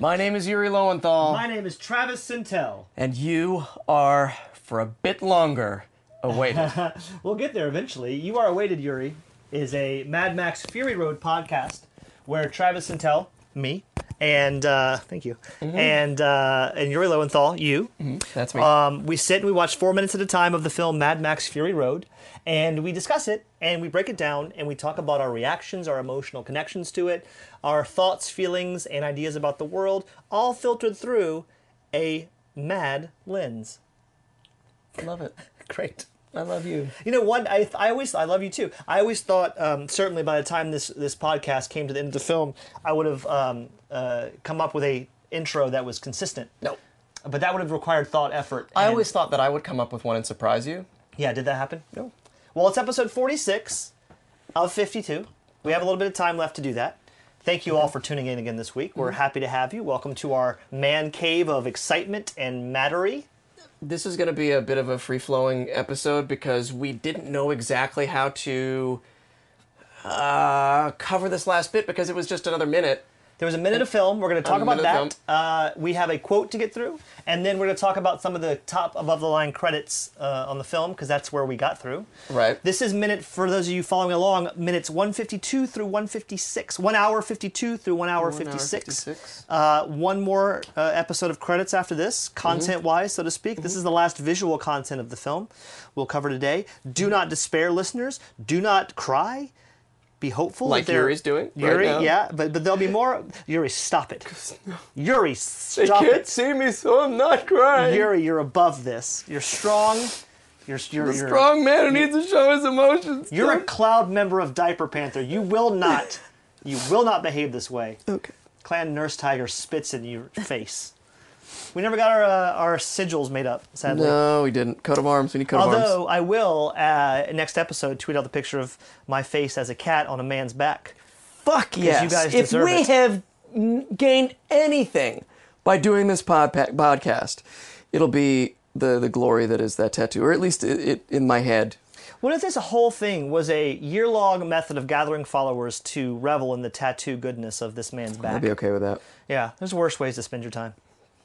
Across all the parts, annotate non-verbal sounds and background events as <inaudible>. My name is Yuri Lowenthal, My name is Travis Sintel. and you are, for a bit longer, awaited. We'll get there eventually. You Are Awaited, Yuri is a Mad Max Fury Road podcast where Travis Sintel, me, and uh, thank you, and uh, and Yuri Lowenthal, you, <laughs> That's me. um, we sit and we watch four minutes at a time of the film Mad Max Fury Road, and we discuss it and we break it down and we talk about our reactions, our emotional connections to it, our thoughts, feelings, and ideas about the world, all filtered through a mad lens. love it. Great. I love you. You know, one I, I always I love you too. I always thought um, certainly by the time this this podcast came to the end of the film, I would have um, uh, come up with a intro that was consistent. No. But that would have required thought, effort. I and- always thought that I would come up with one and surprise you. yeah. Did that happen? No. Well, it's episode forty six of fifty two. We have a little bit of time left to do that. Thank you all for tuning in again this week. We're Mm-hmm. happy to have you. Welcome to our man cave of excitement and mattery. This is going to be a bit of a free flowing episode because we didn't know exactly how to uh, cover this last bit because it was just another minute. There was a minute of film. We're going to talk A about minute of that. Uh, we have a quote to get through, and then we're going to talk about some of the top above the line credits uh, on the film because that's where we got through. Right. This is minute for those of you following along. Minutes one fifty two through one fifty six. One hour fifty two through one hour fifty six. 56. Uh, one more uh, episode of credits after this, Mm-hmm. content wise, so to speak. This is the last visual content of the film we'll cover today. Mm-hmm. Do not despair, listeners. Do not cry. Be hopeful. Like There- Yuri's doing right Yuri, now. yeah, but, but there'll be more. Yuri, stop <laughs> it. Yuri, They stop can't it. see me, so I'm not crying. Yuri, you're above this. You're strong. You're, you're, a you're, strong man who needs to show his emotions. you're a cloud member of Diaper Panther. You will not. You will not behave this way. okay. Clan Nurse Tiger spits in your <laughs> face. We never got our uh, our sigils made up, sadly. No, we didn't. Coat of arms. We need coat of arms. Although I will uh, next episode tweet out the picture of my face as a cat on a man's back. Fuck yes. you guys if deserve we it. have n- gained anything by doing this pod- podcast, it'll be the, the glory that is that tattoo, or at least it, it in my head. What if this whole thing was a year long method of gathering followers to revel in the tattoo goodness of this man's I'd back? be okay with that. Yeah, there's worse ways to spend your time.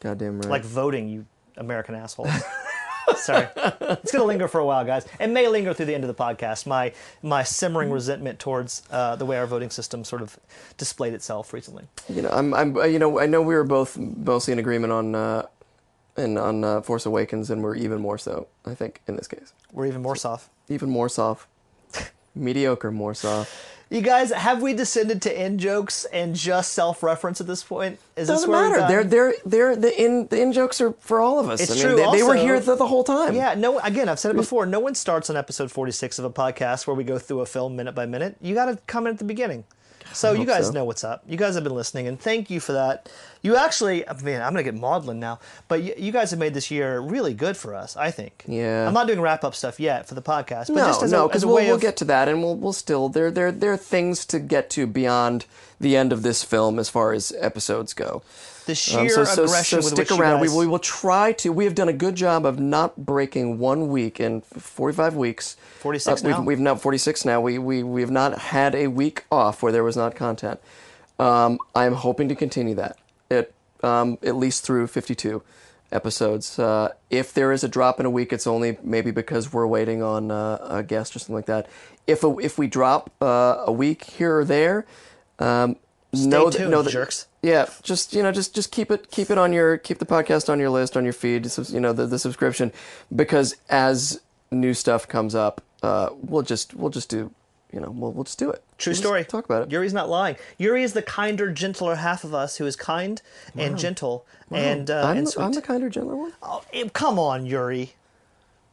Goddamn right. Like voting, you American asshole. <laughs> Sorry. It's going to linger for a while, guys. It may linger through the end of the podcast. My, my simmering resentment towards uh, the way our voting system sort of displayed itself recently. you know, I'm, I'm, you know, I know we were both mostly in agreement on, uh, and on uh, Force Awakens, and we're even more so. I think in this case, We're even more soft. even more soft, <laughs> mediocre, more soft. You guys, have we descended to end jokes and just self reference at this point? Is this doesn't where we've matter. gotten? They're they're they're the in the in jokes are for all of us. It's I mean, true They, they were also- here the, the whole time. Yeah, no, again, I've said it before. No one starts on episode 46 of a podcast where we go through a film minute by minute. You got to come in at the beginning. So you hope guys so. know what's up. You guys have been listening, and thank you for that. You actually, I mean, I'm going to get maudlin now, but you, you guys have made this year really good for us, I think. Yeah. I'm not doing wrap up stuff yet for the podcast, but No, just as no, a, as because a we'll, way we'll of. get to that, and we'll we'll still there there there are things to get to beyond the end of this film as far as episodes go. The sheer Um, so so, aggression so with stick which you around. guys- We, we will try to. We have done a good job of not breaking one week in forty five weeks. Uh, 46 now. We've, we've now forty six now. We we we have not had a week off where there was not content. Um, I am hoping to continue that at um, at least through fifty two episodes. Uh, if there is a drop in a week, it's only maybe because we're waiting on uh, a guest or something like that. If a, if we drop uh, a week here or there. Um, know that, tuned, know that, jerks. yeah, just you know, just just keep it keep it on your keep the podcast on your list on your feed. subs- You know the, the subscription because as new stuff comes up, uh, we'll just we'll just do you know we'll we'll just do it. True We'll just story. Talk about it. Yuri's not lying. Yuri is the kinder, gentler half of us who is kind and gentle and uh, I'm, and the- sweet. I'm the kinder, gentler one. Oh, eh, come on, Yuri.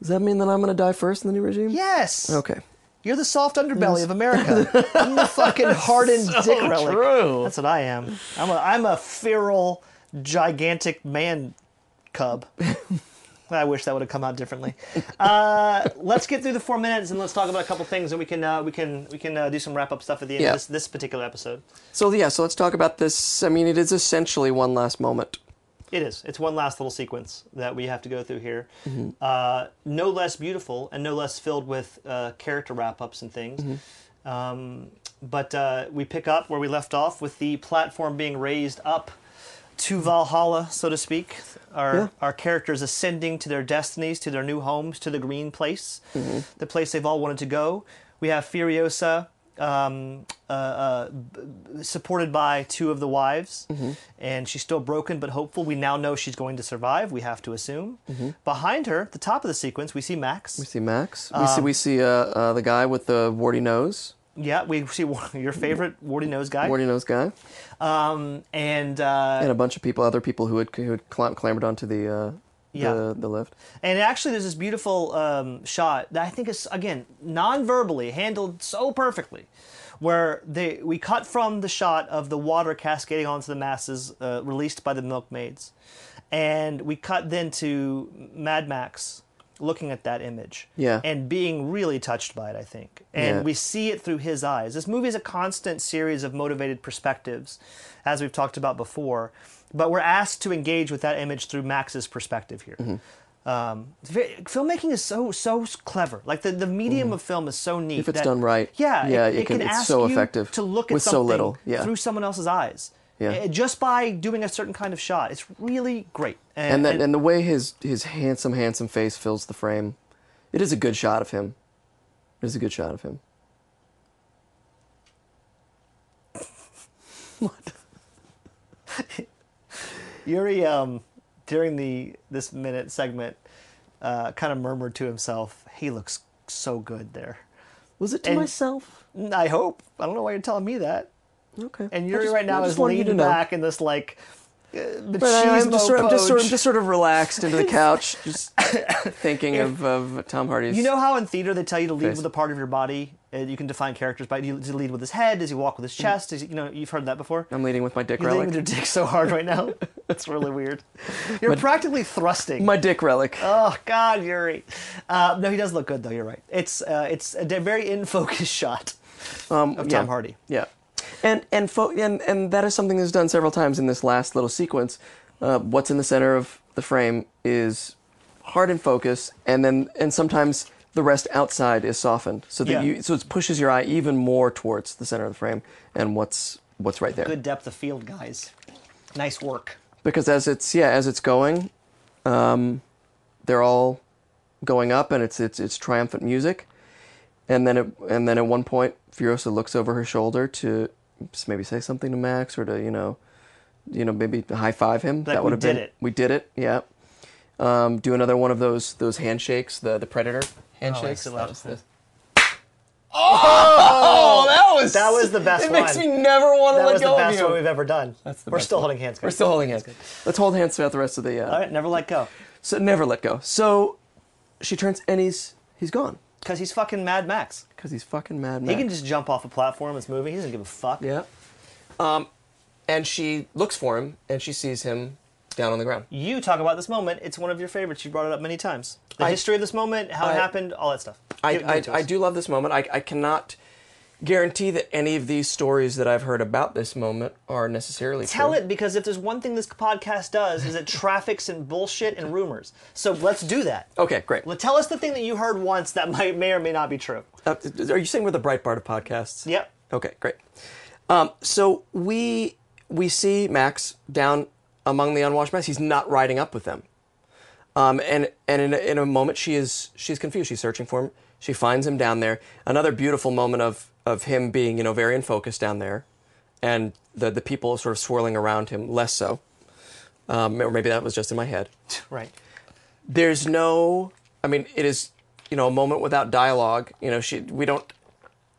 Does that mean that I'm going to die first in the new regime? Yes. Okay. You're the soft underbelly <laughs> of America. I'm the fucking hardened dick relic. true. That's what I am. I'm a I'm a feral, gigantic man <laughs> cub. I wish that would have come out differently. Uh, let's get through the four minutes and let's talk about a couple things, and we can uh, we can we can uh, do some wrap up stuff at the end Yeah. of this, this particular episode. So yeah, so let's talk about this. I mean, it is essentially one last moment. It is. It's one last little sequence that we have to go through here. Mm-hmm. Uh, no less beautiful and no less filled with uh, character wrap ups and things. Mm-hmm. Um, but uh, we pick up where we left off with the platform being raised up to Valhalla, so to speak. Our Yeah. our characters ascending to their destinies, to their new homes, to the green place, Mm-hmm. the place they've all wanted to go. We have Furiosa, um, uh, uh, b- b- supported by two of the wives, Mm-hmm. and she's still broken but hopeful. We now know she's going to survive. We have to assume. Behind her, at the top of the sequence, we see Max. Mm-hmm. We see Max. We Um, see we see uh, uh, the guy with the warty nose, yeah, we see <laughs> one- your favorite warty nose guy, warty nose guy, um, and uh, and a bunch of people, other people who had who had clam- clambered onto the uh, Yeah. the, the lift. And actually, there's this beautiful um, shot that I think is again non-verbally handled so perfectly, where they we cut from the shot of the water cascading onto the masses uh, released by the milkmaids, and we cut then to Mad Max looking at that image, Yeah. and being really touched by it. I think, and Yeah. we see it through his eyes. This movie is a constant series of motivated perspectives, as we've talked about before, but we're asked to engage with that image through Max's perspective here. Mm-hmm. Um, it's ve- filmmaking is so so clever. Like the, the medium of film is so neat. Mm-hmm. If it's that- done right, yeah, yeah, it, it it can- can, it's ask so you effective to look at with so something little, yeah. through someone else's eyes. Yeah. Eh, just by doing a certain kind of shot, it's really great. And that and the way his his handsome handsome face fills the frame, it is a good shot of him. It is a good shot of him. Yuri, um, during the this minute segment, uh, kind of murmured to himself, "He looks so good there." Was it to And- myself? I hope. I don't know why you're telling me that. Okay. And I Yuri just- right I now just is wanted you to leaning know. back in this like. Uh, But I, am machismo just sort, I'm just sort of pose. just sort of relaxed <laughs> into the couch, just thinking of, of Tom Hardy's. You know how in theater they tell you to lead Face. with a part of your body, and you can define characters by do you- does he lead with his head? Does he walk with his chest? Does he, you know, you've heard that before. Mm-hmm. I'm leading with my dick You're leading relic. with your dick so hard <laughs> right now. That's really weird. You're practically thrusting. my dick relic. Oh God, Yuri. Uh, no, he does look good though. You're right. It's uh, it's a de- very in focus <laughs> shot um, of yeah. Tom Hardy. Yeah, and and, fo- and and that is something that's done several times in this last little sequence. Uh, what's in the center of the frame is hard and focus, and then and sometimes the rest outside is softened, so that Yeah. you so it pushes your eye even more towards the center of the frame and what's what's right there. Good depth of field, guys. Nice work. because as it's yeah as it's going, um, they're all going up, and it's it's it's triumphant music, and then it, and then at one point, Furiosa looks over her shoulder to s- maybe say something to Max or to you know, you know maybe high five him. that we would have did been it. we did it. Yeah. Um, do another one of those those handshakes, the the predator handshakes. so That loud. was the- Oh, That was the best it one. makes me never want to that let was the go best of one you. we've ever done. the We're best still one. holding hands. We're guys. still holding hands. Let's hold hands throughout the rest of the uh, All right, never let go. So never let go. So she turns and he's he's gone Because he's fucking Mad Max. because he's fucking mad. He Max. can just jump off a platform. It's moving. He doesn't give a fuck. yeah. Um, and she looks for him and she sees him down on the ground. You talk about this moment. It's one of your favorites. You brought it up many times. The I- history of this moment, how I- it happened, all that stuff. I, Give- give I, it to I us. do love this moment. I, I cannot guarantee that any of these stories that I've heard about this moment are necessarily Tell true. it because if there's one thing this podcast does is it <laughs> traffics in bullshit and rumors. So let's do that. Okay, great. Well, tell us the thing that you heard once that <laughs> might may or may not be true. Uh, are you saying we're the Breitbart of podcasts? Yep. Okay, great. Um, so we we see Max down among the unwashed mess. He's not riding up with them. Um, and and in a, in a moment she is she's confused. She's searching for him. She finds him down there. Another beautiful moment of of him being you know very in focus down there, and the the people sort of swirling around him less so. Um, or maybe that was just in my head Right. there's no i mean it is you know a moment without dialogue you know she we don't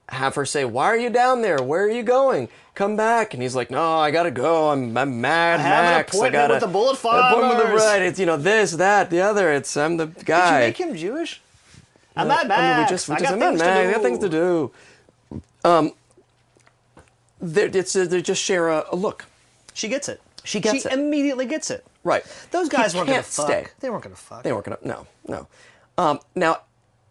have her say why are you down there where are you going come back and he's like no i gotta go i'm, I'm mad have an max appointment i gotta with the bullet appointment with the farmers." right it's you know this that the other it's i'm the Did you guy make him Jewish? I'm not I mad. mean, Oh, we just, we I just got I'm things not mad. to I do. got things to do. Um, they're- it's, uh, they just share a, a look. She gets it. She gets it. immediately gets it. Right. Those He guys weren't gonna can't stay. fuck. They weren't gonna fuck. They weren't gonna. No, no. Um, now,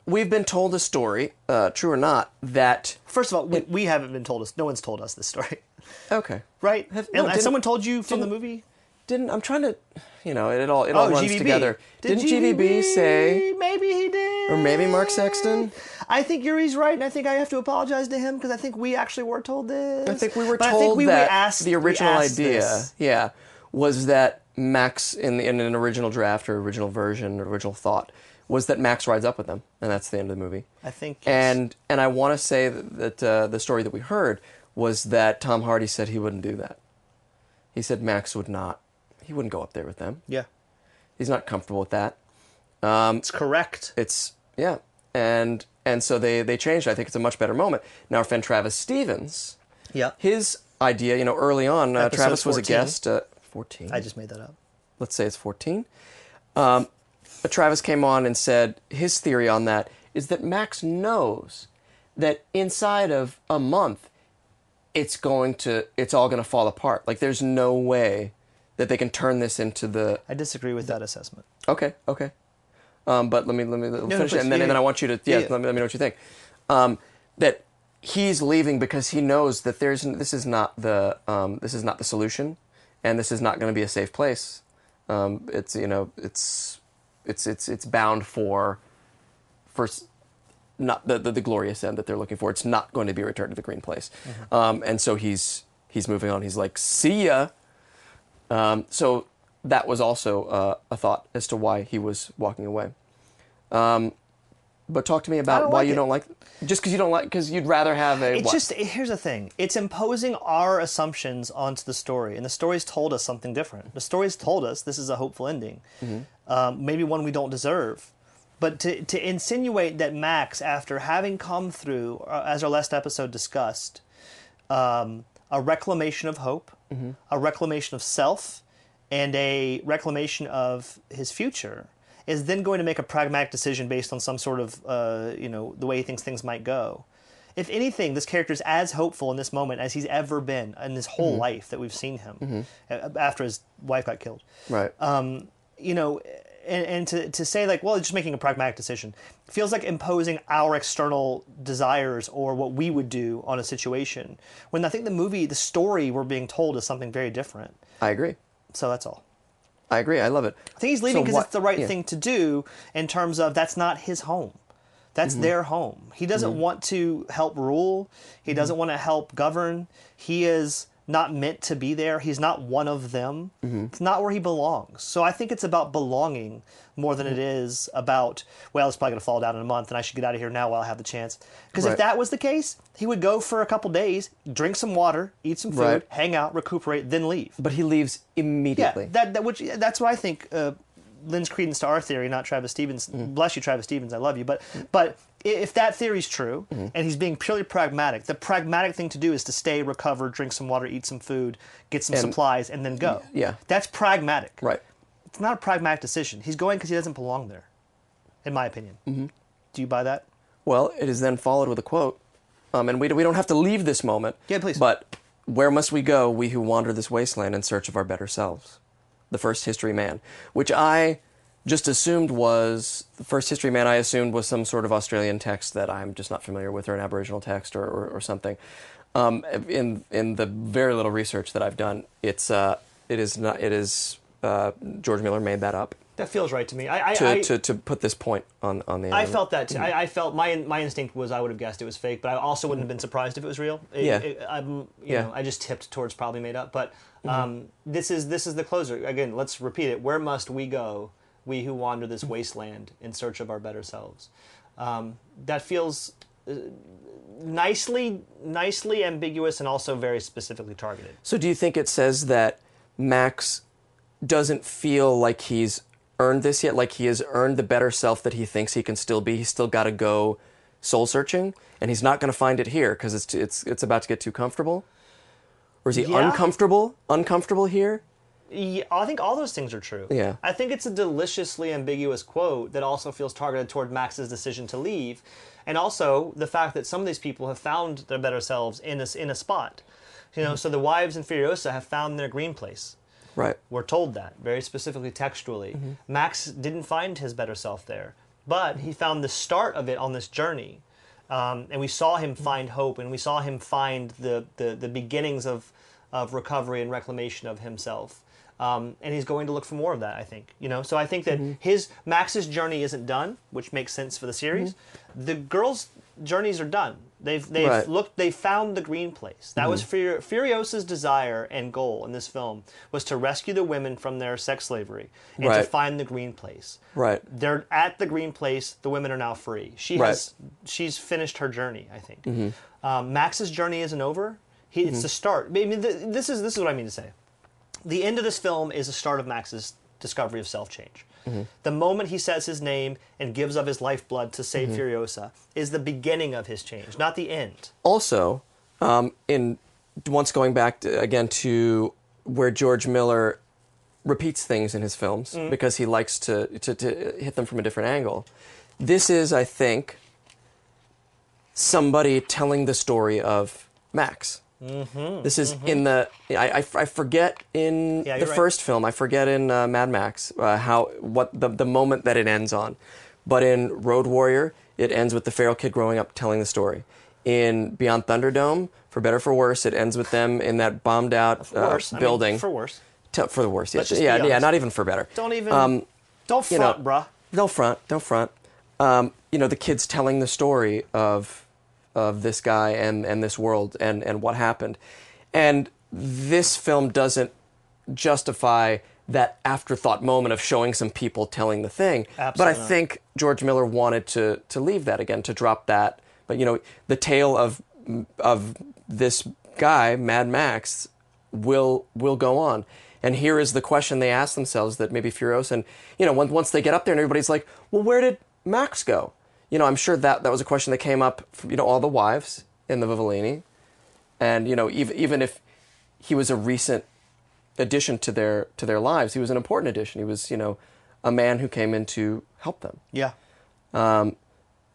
we've been told a story, uh, true or not, that First of all, we, we haven't been told us. No one's told us this story, <laughs> okay, right? Have- no, and, didn't- someone told you from the didn't- movie. Didn't I'm trying to, you know, it, all it all Oh, runs GVB. together. Did not GVB say? Maybe he did. Or maybe Mark Sexton? I think Yuri's right, and I think I have to apologize to him because I think we actually were told this. I think we were But I told think we, we that asked the original we asked idea, this. yeah, was that Max in, the, in an original draft or original version or original thought was that Max rides up with them, and that's the end of the movie. I think it's- And and I want to say that, that uh, the story that we heard was that Tom Hardy said he wouldn't do that. He said Max would not. He wouldn't go up there with them. yeah, He's not comfortable with that. it's correct. It's yeah, and and so they they changed. it. I think it's a much better moment. Now, our friend Travis Stevens, Yeah, his idea, you know, early on, uh, Episode Travis was a 14. guest. Uh, Fourteen. I just made that up. let's say it's 14. Um, but Travis came on and said his theory on that is that Max knows that inside of a month, it's going to, it's all going to fall apart. Like there's no way that they can turn this into the. I disagree with that assessment. Okay, okay. Um, but let me let me let me no, finish please. it, and then, Yeah, and then I yeah. want you to yeah, Yeah, yeah. Let, me, let me know what you think. Um, that he's leaving because he knows that there's n- this is not the um, this is not the solution, and this is not going to be a safe place. Um, it's you know it's it's it's it's bound for for s- not the, the the glorious end that they're looking for. It's not going to be a return to the green place, Mm-hmm. um, and so he's he's moving on. He's like, see ya. Um, so that was also uh, a thought as to why he was walking away. Um, but talk to me about don't why like you it. don't like just because you don't like because you'd rather have a It's what? just here's the thing. It's imposing our assumptions onto the story, and the story's told us something different. The story's told us this is a hopeful ending, um, maybe one we don't deserve. But to to insinuate that Max, after having come through, uh, as our last episode discussed, um, a reclamation of hope, a reclamation of self, and a reclamation of his future, is then going to make a pragmatic decision based on some sort of, uh, you know, the way he thinks things might go. If anything, this character is as hopeful in this moment as he's ever been in his whole life that we've seen him uh, after his wife got killed right. um, you know, and, and to, to say like, well, it's just making a pragmatic decision feels like imposing our external desires or what we would do on a situation. When I think the movie, the story we're being told is something very different. I agree. So that's all. I agree. I love it. I think he's leaving because what- it's the right yeah. thing to do in terms of that's not his home. That's Mm-hmm. their home. He doesn't want to help rule. He Mm-hmm. doesn't want to help govern. He is not meant to be there. He's not one of them. Mm-hmm. It's not where he belongs. So I think it's about belonging more than it Mm-hmm. is about, well, it's probably going to fall down in a month and I should get out of here now while I have the chance. Because Right. if that was the case, he would go for a couple days, drink some water, eat some food, Right. hang out, recuperate, then leave. But he leaves immediately. Yeah, that, that which that's why I think uh, lends credence to our theory, not Travis Stevens. Mm-hmm. Bless you, Travis Stevens. I love you, but but i- if that theory's true Mm-hmm. and he's being purely pragmatic, the pragmatic thing to do is to stay, recover, drink some water, eat some food, get some supplies, and then go. yeah. that's pragmatic. right. It's not a pragmatic decision. He's going because he doesn't belong there, in my opinion. Mm-hmm. Do you buy that? Well, it is then followed with a quote, um, and we, we don't have to leave this moment. Yeah, please. But where must we go, we who wander this wasteland in search of our better selves? The first history man, which I just assumed was the first history man. I assumed was some sort of Australian text that I'm just not familiar with, or an Aboriginal text, or, or, or something. Um, in in the very little research that I've done, it's uh, it is not it is uh, George Miller made that up That feels right to me. I, I, to, to, to put this point on on the. end I of it. felt that too. I, I felt my my instinct was I would have guessed it was fake, but I also wouldn't have been surprised if it was real. It- Yeah. it- I'm, you Yeah. Mm-hmm. know, I just tipped towards probably made up. But um, this is this is the closer again. Let's repeat it. Where must we go, we who wander Mm-hmm. this wasteland in search of our better selves? Um, that feels uh, nicely nicely ambiguous and also very specifically targeted. So do you think it says that Max doesn't feel like he's earned this yet? Like he has earned the better self that he thinks he can still be. He's still got to go soul searching, and he's not going to find it here because it's it's it's about to get too comfortable. Or is he Yeah. uncomfortable? Uncomfortable here? Yeah, I think all those things are true. Yeah. I think it's a deliciously ambiguous quote that also feels targeted toward Max's decision to leave, and also the fact that some of these people have found their better selves in a, in a spot. You know, so the wives in Furiosa have found their green place. Right. We're told that very specifically textually. Max didn't find his better self there, but he found the start of it on this journey. Um, and we saw him find hope and we saw him find the, the, the beginnings of, of recovery and reclamation of himself. Um, and he's going to look for more of that, I think. You know, so I think that his Max's journey isn't done, which makes sense for the series. The girls' journeys are done. They've they've Right. looked they found the green place. That was Mm-hmm. Fur- Furiosa's desire and goal in this film was to rescue the women from their sex slavery and to Right. find the green place. Right. They're at the green place. The women are now free. She Right. Mm-hmm. has she's finished her journey. I think um, Max's journey isn't over. He, It's the start. I mean, th- this is this is what I mean to say the end of this film is the start of Max's discovery of self change. Mm-hmm. The moment he says his name and gives of his lifeblood to save Mm-hmm. Furiosa is the beginning of his change, not the end. also um, in once going back to, again to where George Miller repeats things in his films Mm. because he likes to, to to hit them from a different angle. This is, I think, somebody telling the story of Max. Mm-hmm, this is in the I, I, I forget in Yeah, the you're right. first film I forget in uh, Mad Max uh, how what the the moment that it ends on, but in Road Warrior it ends with the feral kid growing up telling the story. In Beyond Thunderdome, for better or for worse, it ends with them in that bombed out For worse, I uh, mean, building for worse. T- for the worst. Yeah, Let's just be yeah, yeah, honest. not even for better. Don't even. Um, don't you know- front, bruh. don't front. Don't front. Um, you know, the kids telling the story of of this guy and and this world and and what happened, and this film doesn't justify that afterthought moment of showing some people telling the thing. Absolutely But I not. think George Miller wanted to to leave that again to drop that. But you know, the tale of of this guy Mad Max will will go on. And here is the question they ask themselves that maybe Furios and you know once once they get up there and everybody's like, well, where did Max go? You know, I'm sure that that was a question that came up. From, you know, all the wives in the Vivellini, and you know, even even if he was a recent addition to their to their lives, he was an important addition. He was you know a man who came in to help them Yeah.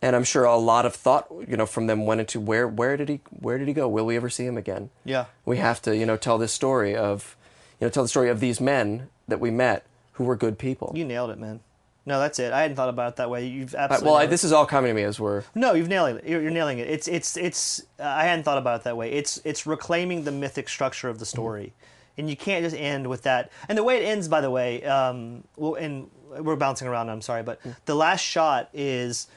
and I'm sure a lot of thought, you know, from them went into where where did he where did he go? Will we ever see him again? Yeah. we have to, you know, tell this story of, you know, tell the story of these men that we met who were good people. Uh, You nailed it, man. No, that's it. I hadn't thought about it that way. You've But- absolutely. well, I, nailed it. this is all coming to me as we're No, you've nailing it. You're, you're nailing it. It's it's it's. Uh, I hadn't thought about it that way. It's it's reclaiming the mythic structure of the Mm-hmm. story, and you can't just end with that. And the way it ends, by the way, um, well, and we're bouncing around. I'm sorry, but Mm. the last shot is.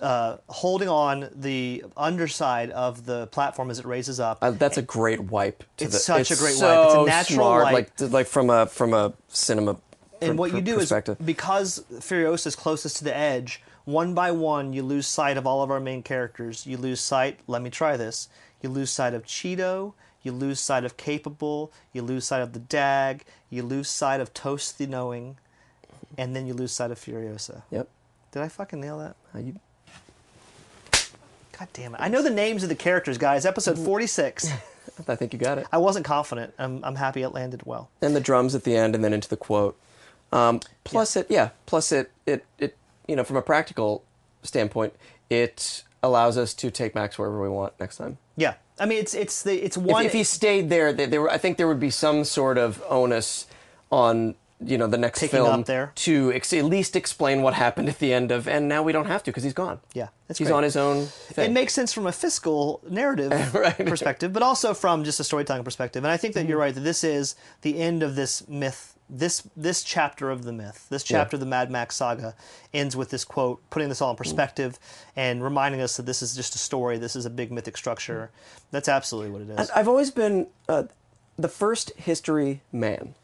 Uh, holding on the underside of the platform as it raises up. uh, that's a great wipe. To It's the, such a great wipe. It's a so natural smart, wipe. like like from a from a cinema. pr- and what you pr- do is perspective. because Furiosa is closest to the edge, one by one you lose sight of all of our main characters. You lose sight. Let me try this. You lose sight of Cheeto. You lose sight of Capable. You lose sight of the Dag. You lose sight of Toast the Knowing, and then you lose sight of Furiosa. yep. Did I fucking nail that? Uh, you- God damn it! I know the names of the characters, guys. <laughs> Episode forty-six. I think you got it. I wasn't confident. I'm, I'm happy it landed well. and the drums at the end and then into the quote um, plus it yeah plus it, it it you know from a practical standpoint it allows us to take max wherever we want next time Yeah. I mean, it's it's the it's if, one. if he stayed there th- there were- i think there would be some sort of onus on you know the next Picking film up there. to ex- at least explain what happened at the end of and now we don't have to because he's gone Yeah, that's he's great. on his own It thing makes sense from a fiscal <laughs> narrative perspective, but also from just a storytelling perspective. And I think that Mm-hmm. you're right that this is the end of this myth. This this chapter of the myth, this chapter of the Mad Max saga, ends with this quote, putting this all in Mm. perspective and reminding us that this is just a story. This is a big mythic structure. Mm. That's absolutely what it is. I've always been uh, the first history man.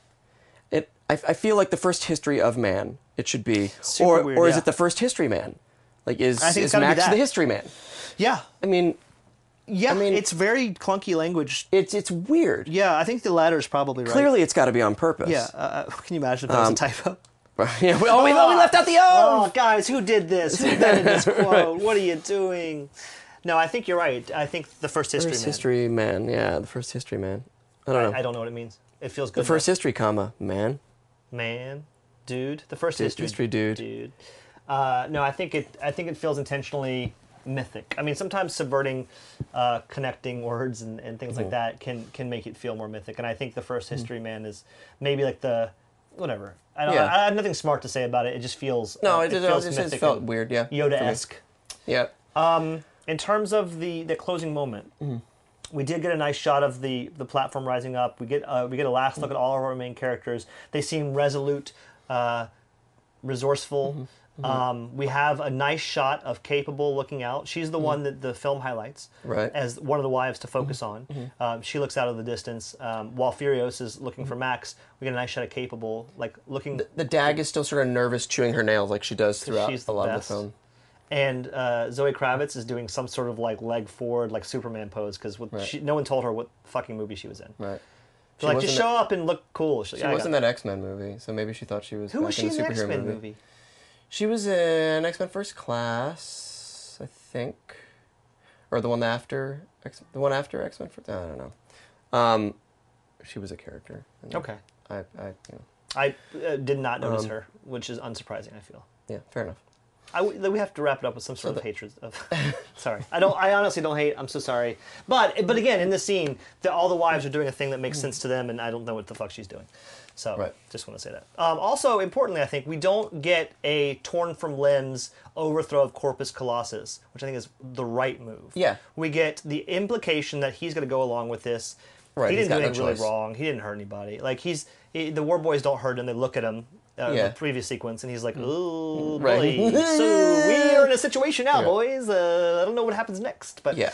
It, I, I feel like the first history of man. It should be, Super or weird, or is yeah. it the first history man? Like is I think is it's gotta be Max that. the history man? yeah, I mean, yeah. I mean- it's very clunky language. it's it's weird. Yeah, I think the latter is probably right. Clearly, Um, it's got to be on purpose. Yeah. Uh, uh, can you imagine if that was a typo? <laughs> yeah. We, oh, we, oh, we left out the O. Oh, guys, who did <laughs> this? Who invented this quote? What are you doing? No, I think you're right. I think the first history. First man. history man. Yeah, the first history man. I don't know. I don't know what it means. It feels good. the first though. history comma man. man, dude. The first Dude, history. history dude. Dude. Uh, no, I think it. I think it feels intentionally mythic. I mean, sometimes subverting, uh, connecting words and, and things Mm-hmm. like that can can make it feel more mythic. And I think the first Mm. history man is maybe like the whatever. I don't. Yeah. I, I have nothing smart to say about it. It just feels. No, uh, it, it, feels it, mythic just felt and weird. Yeah. Yoda-esque. Yeah. Um, in terms of the the closing moment, we did get a nice shot of the the platform rising up. We get uh, we get a last look at all of our main characters. They seem resolute, uh, resourceful. Um, we have a nice shot of Capable looking out. She's the one that the film highlights Right. as one of the wives to focus on. Um, she looks out of the distance um, while Furios is looking for Max. We get a nice shot of Capable, like looking The Dag is still sort of nervous, chewing her nails like she does throughout She's a lot the of best. the film. and uh, Zoe Kravitz is doing some sort of like leg forward, like Superman pose because no one told her what fucking movie she was in. Right. They're like, wasn't just show up and look cool. She, She was in that X Men movie, so maybe she thought she was. Who back was she in in the superhero X Men movie. movie? She was in X Men First Class, I think, or the one after X, the one after X Men. I don't know. Um, she was a character. in that. Okay, I, I, you know, I uh, did not notice Um, her, which is unsurprising. I feel. yeah, fair enough. I w we have to wrap it up with some sort of hatred of. <laughs> sorry, I don't. I honestly don't hate. I'm so sorry. But but again, in this scene, the, all the wives are doing a thing that makes sense to them, and I don't know what the fuck she's doing. So Right. just want to say that. Um, also, importantly, I think we don't get a torn from limbs overthrow of Corpus Colossus, which I think is the right move. Yeah. we get the implication that he's going to go along with this. Right, he he's didn't got do no anything really choice. wrong. He didn't hurt anybody. Like he's he, the war boys don't hurt him. They look at him. Uh, in Yeah. The previous sequence, and he's like, "Ooh, Right. boy, so we are in a situation now, boys. Uh, I don't know what happens next, but Yeah,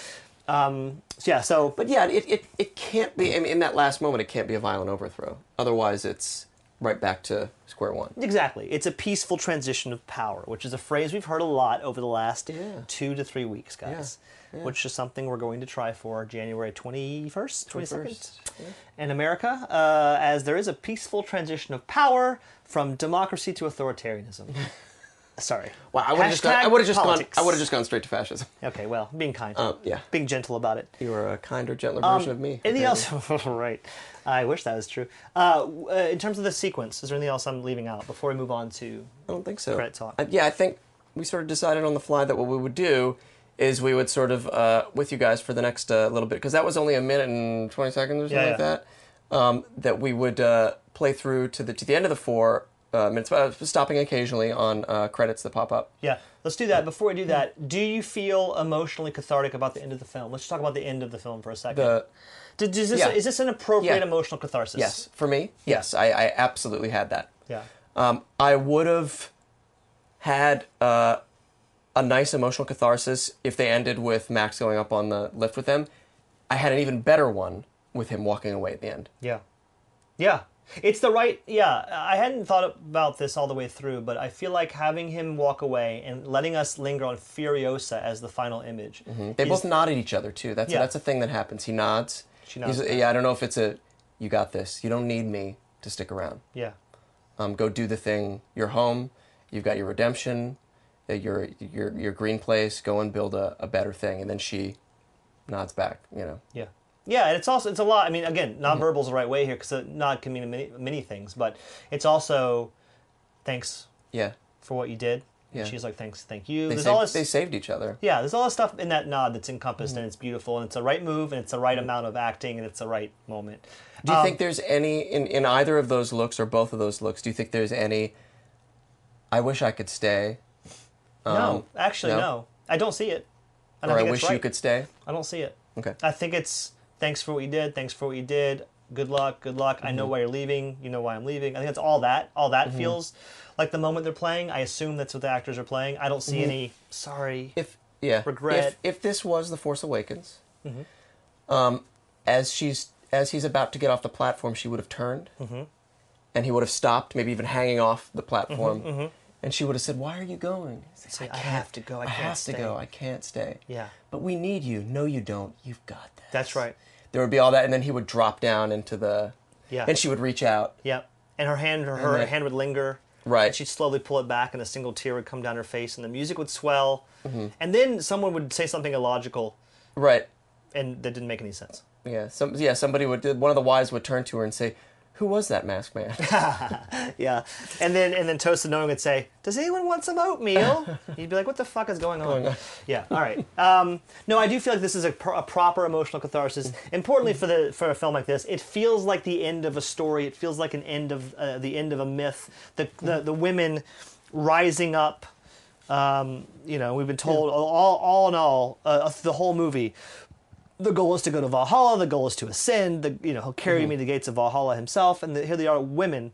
um, so yeah. So but yeah, it, it, it can't be. I mean, in that last moment, it can't be a violent overthrow. Otherwise, it's right back to square one. exactly, it's a peaceful transition of power, which is a phrase we've heard a lot over the last Yeah. two to three weeks, guys. Which is something we're going to try for January twenty first, twenty second, 21st, in America, uh, as there is a peaceful transition of power from democracy to <laughs> authoritarianism. Sorry. Wow, I would have just gone. Hashtag I would have just politics. gone. I would have just gone straight to fascism. Okay, well, being kind. Um, yeah. Um, Being gentle about it. You are a kinder, gentler version of me. Anything apparently. else? <laughs> right. I wish that was true. Uh, w- uh, in terms of the sequence, is there anything else I'm leaving out before we move on to? I don't think so. Credit talk. Uh, yeah, I think we sort of decided on the fly that what we would do is we would sort of uh, with you guys for the next uh, little bit because that was only a minute and twenty seconds or something Yeah, like yeah. that. Um, that we would uh, play through to the to the end of the four uh, minutes, uh, stopping occasionally on uh, credits that pop up. Yeah, let's do that. Before we do that, do you feel emotionally cathartic about the end of the film? Let's talk about the end of the film for a second. The D- does this, yeah. Is this an appropriate Yeah. emotional catharsis? yes for me, yes, I, I absolutely had that. Yeah. Um, I would have had uh, a nice emotional catharsis if they ended with Max going up on the lift with them. I had an even better one with him walking away at the end. Yeah. Yeah. It's the right. Yeah. I hadn't thought about this all the way through, but I feel like having him walk away and letting us linger on Furiosa as the final image. Mm-hmm. They is- both nod at each other too. That's Yeah. that's a thing that happens. He nods. She nods He's- back. yeah, I don't know if it's a you got this. You don't need me to stick around. Yeah. Um, go do the thing. You're home. You've got your redemption. uh, Your your your green place. Go and build a, a better thing. And then she nods back. You know. Yeah. Yeah, and it's also it's a lot. I mean, again, Mm-hmm. nonverbal's the right way here because nod can mean many, many things, but it's also thanks Yeah. for what you did. Yeah. And she's like, thanks, thank you. They there's saved, all this. they Mm-hmm. saved each other. yeah, there's all this stuff in that nod that's encompassed, and it's beautiful, and it's the right move, and it's the right amount of acting, and it's the right moment. Mm-hmm. Do you Um, think there's any in, in either of those looks or both of those looks? Do you think there's any? I wish I could stay, Um, no, actually, no? no. I don't see it. I don't or I think wish it's you right. could stay. I don't see it. Okay. I think it's thanks for what you did, thanks for what you did, good luck, good luck. I know Mm-hmm. why you're leaving, you know why I'm leaving. I think that's all that. All that feels like the moment they're playing. I assume that's what the actors are playing. I don't see Mm-hmm. any sorry. If yeah, Regret. Mm-hmm. If, if this was the Force Awakens, um, as she's as he's about to get off the platform, she would have turned, Mm-hmm. and he would have stopped, maybe even hanging off the Mm-hmm, platform, and she would have said, "Why are you going?" He's like, "I have to go. I can't have stay." to go. I can't stay." Yeah. But we need you. No, you don't. You've got this. That's right. There would be all that, and then he would drop down into the. Yeah. And she would reach out. yeah. And her hand her, her then- hand would linger. Right. And she'd slowly pull it back and a single tear would come down her face and the music would swell. Mm-hmm. And then someone would say something illogical Right. and that didn't make any sense. Yeah. Some. Yeah. Somebody would. One of the wives would turn to her and say, "Who was that masked <laughs> man?" Yeah, and then and then Toasted Knowing would say, "Does anyone want some <laughs> oatmeal?" You'd be like, "What the fuck is going on?" <laughs> Yeah, all right. Um, no, I do feel like this is a, pro- a proper emotional catharsis. Importantly for the for a film like this, it feels like the end of a story. It feels like an end of uh, the end of a myth. The the, the women rising up. Um, you know, we've been told all all in all uh, of the whole movie the goal is to go to Mm-hmm. Valhalla. The goal is to ascend. The, you know, he'll carry me to the gates of Valhalla himself. And the, here they are, women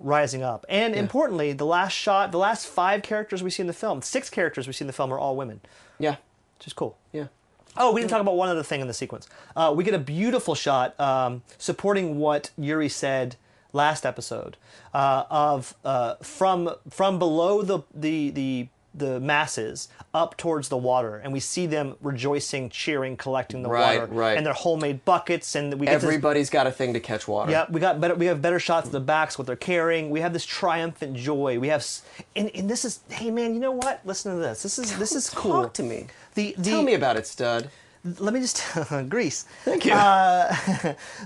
rising up. And importantly, the last shot, the last five characters we see in the film, six characters we see in the film are all women, Yeah. which is cool. Yeah. Oh, we didn't talk about one other thing in the sequence. Uh, we get a beautiful shot um, supporting what Yuri said last episode uh, of uh, from from below the the the the masses up towards the water and we see them rejoicing cheering collecting the Right, water right. and their homemade buckets and we get this- Everybody's got a thing to catch water. yeah, we got better. We have better shots of the backs, what they're carrying. We have this triumphant joy. We have, s- and, and this is, hey man, you know what? Listen to this. This is this is cool. <laughs> Talk to me. The, the Tell me about it, stud. Let me just <laughs> Greece. Thank you. Uh,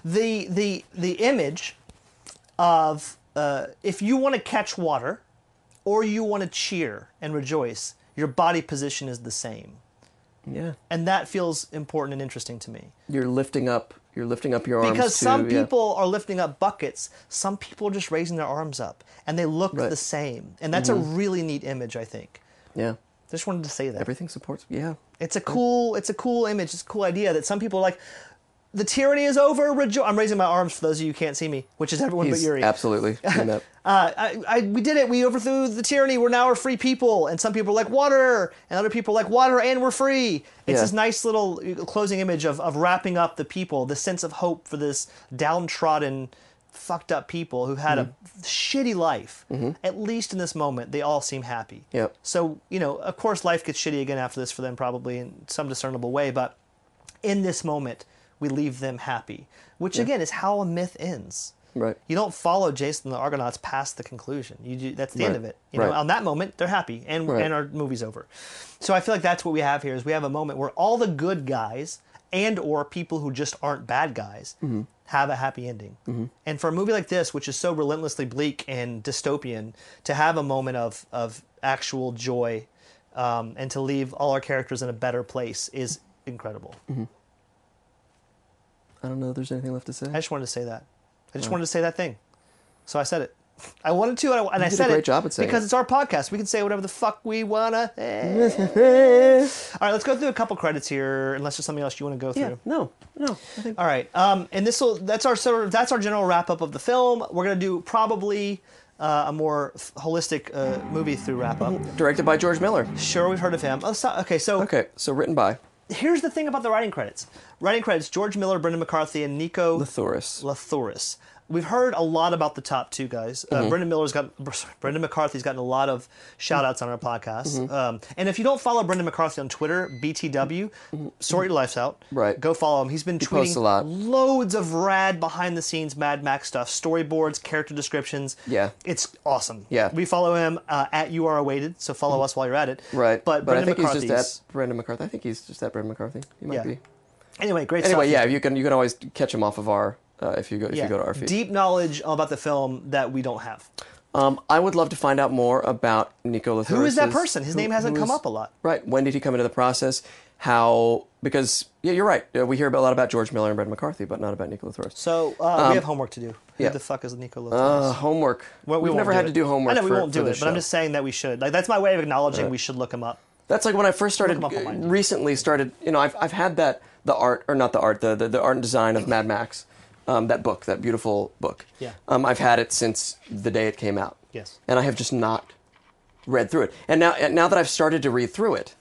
the the the image of uh, if you want to catch water, or you want to cheer and rejoice, your body position is the same, yeah. and that feels important and interesting to me. You're lifting up. You're lifting up your arms. because to- some yeah. people are lifting up buckets some people are just raising their arms up and they look Right. Mm-hmm. the same and that's a really neat image i think Yeah. just wanted to say that Everything supports. Yeah. it's a cool it's a cool image it's a cool idea that some people are like the tyranny is over rejo-. i'm raising my arms for those of you who can't see me which is everyone He's but yuri <laughs> absolutely doing that. uh, I, I, we did it we overthrew the tyranny we're now a free people and some people are like water and other people are like water and we're free it's Yeah. this nice little uh, closing image of, of wrapping up the people the sense of hope for this downtrodden fucked up people who had Mm-hmm. a shitty life at least in this moment they all seem happy Yep. so you know of course life gets shitty again after this for them probably in some discernible way but in this moment we leave them happy which again is how a myth ends Right. you don't follow Jason and the Argonauts past the conclusion. You do, that's the end Right. of it. You know, Right. on that moment, they're happy and Right. and our movie's over. So I feel like that's what we have here is we have a moment where all the good guys and or people who just aren't bad guys Mm-hmm. have a happy ending. And for a movie like this, which is so relentlessly bleak and dystopian, to have a moment of of actual joy um, and to leave all our characters in a better place is incredible. I don't know if there's anything left to say. <laughs> I just wanted to say that. I Mm. just wanted to say that thing. So I said it. I wanted to, and I, and I did a said great it job at saying because it. it's our podcast. We can say whatever the fuck we wanna. All right, let's go through a couple credits here, unless there's something else you want to go through. Yeah. No. No. I think All right, um, and this will that's our sort of that's our general wrap up of the film. We're gonna do probably uh, a more f- holistic uh, movie through wrap up. Directed by George Miller. Sure, we've heard of him. Oh, so, okay, so Okay. So written by here's the thing about the writing credits. Writing credits: George Miller, Brendan McCarthy, and Nico Thoris. Lathoris. We've heard a lot about the top two guys. Mm-hmm. Uh, Brendan Miller's got <laughs> sorry, Brendan McCarthy's gotten a lot of shout outs on our podcast. Mm-hmm. Um, and if you don't follow Brendan McCarthy on Twitter, BTW, sort your lives out. Mm-hmm. Right. Go follow him. He's been posts tweeting a lot. loads of rad behind the scenes Mad Max stuff, storyboards, character descriptions. Yeah. It's awesome. Yeah. Mm-hmm. We follow him uh, at You Are Awaited, so follow us while you're at it. Right. But, but I Brendan think McCarthy's. he's just that Brendan McCarthy. I think he's just that Brendan McCarthy. He might Yeah. be. Anyway, great stuff. Anyway, yeah, you can you can always catch him off of our uh, if you go if you go to our feed. Deep knowledge about the film that we don't have. Um, I would love to find out more about Nicola. Who is that person? His name hasn't come up a lot. Right. When did he come into the process? How? Because yeah, you're right. Uh, we hear a lot about George Miller and Brendan McCarthy, but not about Nicola Thoris. So uh, we have homework to do. Um, yeah. Who the fuck is Nico uh, Lotharis? homework. Well, we We've won't never had it. to do homework. I know we for- won't for do it, this but I'm show. just saying that we should. Like that's my way of acknowledging we should look him up. That's like when I first started, uh, Look 'em up online. recently started, you know, I've, I've had that, the art, or not the art, the, the, the art and design of Mad Max, um, that book, that beautiful book. Yeah. Um, I've had it since the day it came out. Yes. And I have just not read through it. And now, and now that I've started to read through it,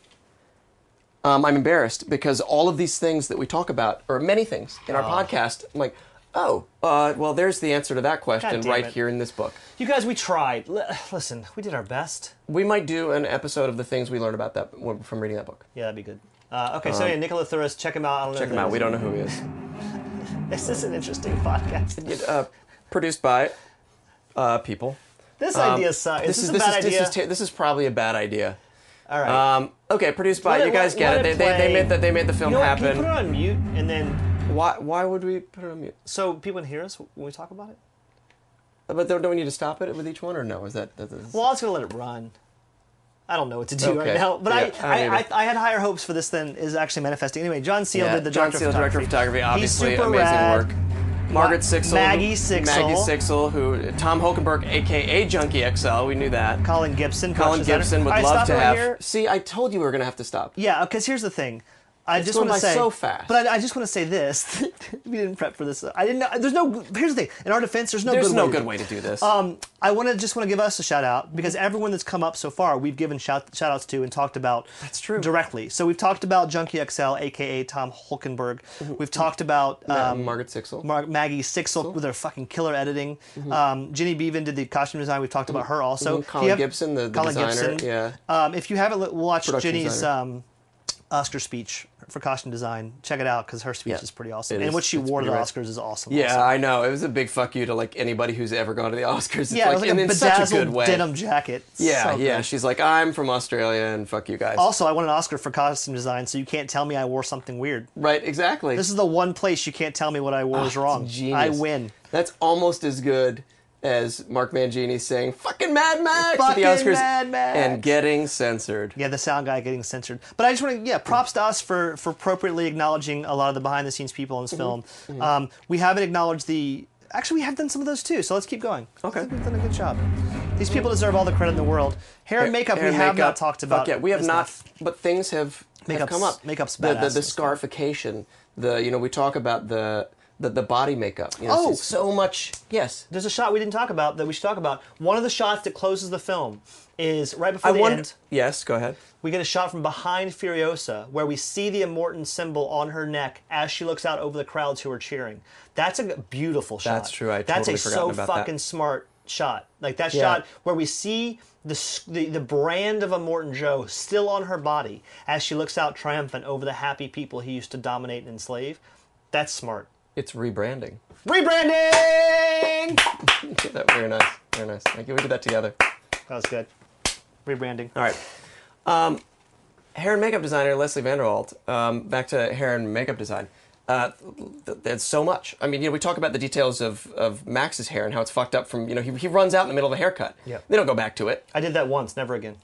um, I'm embarrassed because all of these things that we talk about, or many things in our podcast, I'm like, oh, uh, well, there's the answer to that question damn right it. here in this book. You guys, we tried. L- listen, we did our best. We might do an episode of the things we learned about that from reading that book. Yeah, that'd be good. Uh, okay, so yeah, Nicola Thuris, check him out. I don't Um, Check know him out. We don't know who he is. This is an interesting podcast. It, uh, produced by uh, people. This Um, idea sucks. This, is a this bad is, idea. This is, ta- this is probably a bad idea. All right. Um, okay, produced by Let it- you guys let- get let it. it They, they, play. they made the, they made the film you know what? Can you happen. put it on mute and then why why would we put it on mute? so people can hear us when we talk about it? But don't, don't we need to stop it with each one or no? Is that, that that's- Well, I was gonna let it run. I don't know what to do right Okay. now, but Yeah, I I, don't I, I, either. I had higher hopes for this than is actually manifesting. Anyway, John Seal yeah. did the John director Seale's of photography. director of photography? Obviously, He's super amazing rad. work. Margaret Sixel, Maggie Sixel. Maggie Sixel, who Tom Hulkenberg, aka Junkie XL, we knew that. Colin Gibson. Colin production designer. Gibson would All right, love stop to right have. Here. See, I told you we were gonna have to stop. Yeah, because here's the thing. I It's just going want to by say so fast. But I, I just want to say this: <laughs> we didn't prep for this. I didn't know. There's no. Here's the thing. In our defense, there's no. There's good no way to good do way to do this. um, I want to just want to give us a shout out because everyone that's come up so far, we've given shout, shout outs to and talked about that's true. directly. So we've talked about Junkie XL, aka Tom Hulkenberg. Mm-hmm. We've talked about Ma- um, Margaret Sixel. Mar- Maggie Sixel with her fucking killer editing. Um, Ginny Beaven did the costume design. We've talked about her also. Mhm. If Mm-hmm. Colin you have- Gibson, the- the Colin designer, Gibson. yeah. Um, if you haven't li- watched Production Ginny's designer. um, Oscar speech for costume design, check it out because her speech Yeah, is pretty awesome. it and is. what she It's wore to the pretty rad. Oscars is awesome. yeah, also. I know. It was a big fuck you to like anybody who's ever gone to the <laughs> Oscars. It's Yeah, like, it was like and a in such a good bedazzled way. denim jacket. Yeah, So yeah. good. She's like, I'm from Australia, and fuck you guys. Also, I won an Oscar for costume design, so you can't tell me I wore something weird. right? Exactly. This is the one place you can't tell me what I wore is wrong. Ah, Genius. I win. That's almost as good as Mark Mangini saying "fucking Mad Max" Fucking at the Oscars Mad Max. and getting censored. Yeah, the sound guy getting censored. But I just want to, yeah, props to us for for appropriately acknowledging a lot of the behind the scenes people in Mm-hmm. this film. Um, we haven't acknowledged the. Actually, we have done some of those too, so let's keep going. Okay. I think we've done a good job. These people deserve all the credit in the world. Hair and makeup, Hair we and have makeup. not talked about. Fuck yeah, we have this not. enough. But things have, have Makeup's- come up. makeup's the, the, badass. the scarification. The you know we talk about the the, the body makeup. You know, Oh! it's so much. Yes. There's a shot we didn't talk about that we should talk about. One of the shots that closes the film is right before I the wonder. end. Yes, go ahead. We get a shot from behind Furiosa where we see the Immortan symbol on her neck as she looks out over the crowds who are cheering. That's a beautiful shot. That's true. I That's totally a forgotten so about that. fucking smart shot. Like that Yeah. shot where we see the, s- the the brand of a Morton Joe still on her body as she looks out triumphant over the happy people he used to dominate and enslave. That's smart. It's rebranding. <laughs> Rebranding. Yeah, that very nice. Very nice. Thank you. We did that together. That was good. Rebranding. All right. Um, hair and makeup designer Leslie Vanderwalt. Um, back to hair and makeup design. Uh, th- there's so much. I mean, you know, we talk about the details of, of Max's hair and how it's fucked up from, you know, he, he runs out in the middle of a haircut. Yeah. They don't go back to it. I did that once, <laughs> never again.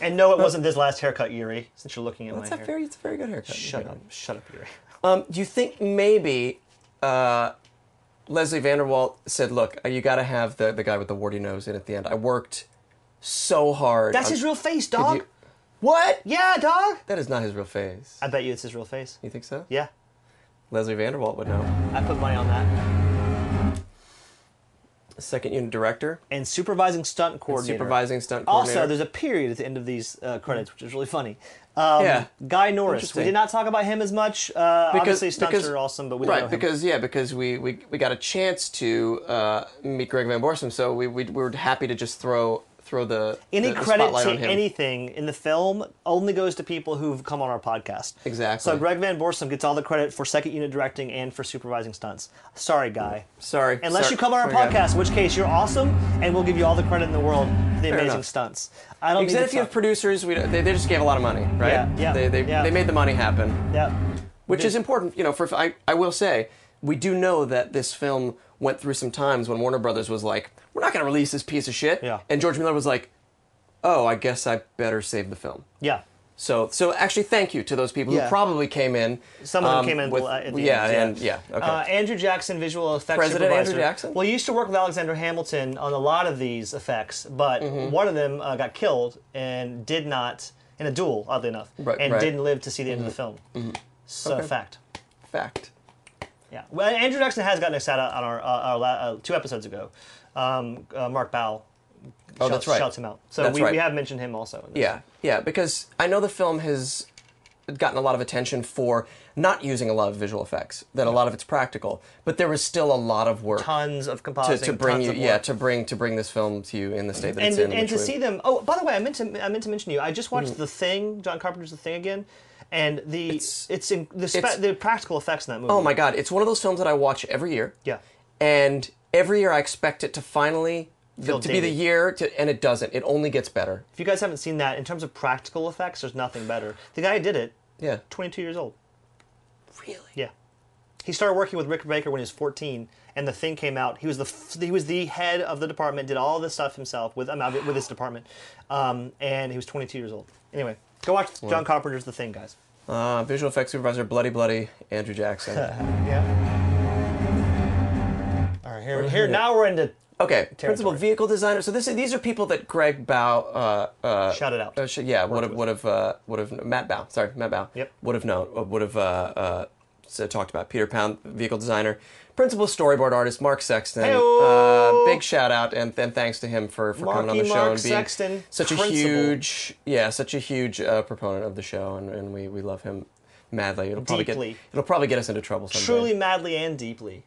and no, it wasn't this last haircut, Yuri. Since you're looking at It's my a hair. very, it's a very good haircut. Shut up! Shut up, Yuri. Um, do you think maybe uh, Leslie Vanderwalt said, look, uh, you got to have the, the guy with the warty nose in at the end. I worked so hard. That's on- his real face, dog. you- What? Yeah, dog. That is not his real face. I bet you it's his real face. You think so? Yeah, Leslie Vanderwalt would know. I put money on that. second unit director, And supervising stunt coordinator. supervising stunt coordinator. Also, there's a period at the end of these uh, credits, which is really funny. Um, Yeah. Guy Norris. We Interesting. did not talk about him as much. Uh, obviously, stunts because- are awesome, but we don't know right him. because yeah because we, we we got a chance to uh, meet Greg Van Borsum, so we, we we were happy to just throw throw the any the, the credit spotlight to on him. anything in the film only goes to people who've come on our podcast. Exactly. So Greg Van Borsum gets all the credit for second unit directing and for supervising stunts. Sorry, guy. Sorry, Unless sorry- you come on our sorry, guy. podcast, in which case you're awesome, and we'll give you all the credit in the world for the amazing enough. stunts. I don't Except need if to you have talk- producers, we don't- they, they just gave a lot of money, right? Yeah, yeah, They they, yeah. they made the money happen, yeah. which is important. You know, for I I will say we do know that this film went through some times when Warner Brothers was like, we're not going to release this piece of shit, Yeah. and George Miller was like, oh, I guess I better save the film. Yeah. So, so actually, thank you to those people Yeah. who probably came in. Some of them um, came in with- at the end, yeah, and yeah, okay. Uh, Andrew Jackson, visual effects President supervisor. Andrew Jackson? Well, he used to work with Alexander Hamilton on a lot of these effects, but Mm-hmm. one of them uh, got killed and did not in a duel, oddly enough, Right, and right. Mm-hmm. didn't live to see the end of the film. So fact. Fact. Yeah. Well, Andrew Jackson has gotten a shout out on our, uh, our la- uh, two episodes ago. Um, uh, Mark Bow. Oh, shouts, that's right. Shouts him out. So That's we, right. we have mentioned him also. in this. Yeah, yeah, because I know the film has gotten a lot of attention for not using a lot of visual effects. That a lot of it's practical, but there was still a lot of work Tons of to, compositing. to bring tons you, of yeah, work. to bring to bring this film to you in the state that and, it's in. and which Hmm. to we- see them. Oh, by the way, I meant to I meant to mention you. I just watched the thing, John Carpenter's The Thing again, and the it's, It's- in, the, spe- it's- the practical effects in that movie. Oh my God, it's one of those films that I watch every year. Yeah. And every year I expect it to finally to be the dated. year, to, and it doesn't. It only gets better. If you guys haven't seen that, in terms of practical effects, there's nothing better. The guy who did it, Yeah. 22 years old. Really. Yeah, he started working with Rick Baker when he was 14, and The Thing came out. He was the f- he was the head of the department, did all this stuff himself with um, with his department, um, and he was 22 years old. Anyway, go watch John Carpenter's The Thing, guys. Uh, visual effects supervisor, bloody bloody <laughs> Andrew Jackson. Yeah. All right, here, here it? now we're into Okay, principal Territory. vehicle designer. So this these are people that Greg Bow, uh, uh, Shout it out. uh, sh- yeah, would have would have uh, would have Matt Bow, sorry Matt Bow, Yep. would have known, uh, would have uh, uh, so talked about Peter Pound, vehicle designer, principal storyboard artist Mark Sexton. Heyo! Uh, big shout out and, and thanks to him for, for coming on Marky the show Mark and being Sexton, such a principal. huge yeah, such a huge uh, proponent of the show, and, and we, we love him madly. It'll probably Deeply. get it'll probably get us into trouble someday. Truly, madly, and deeply.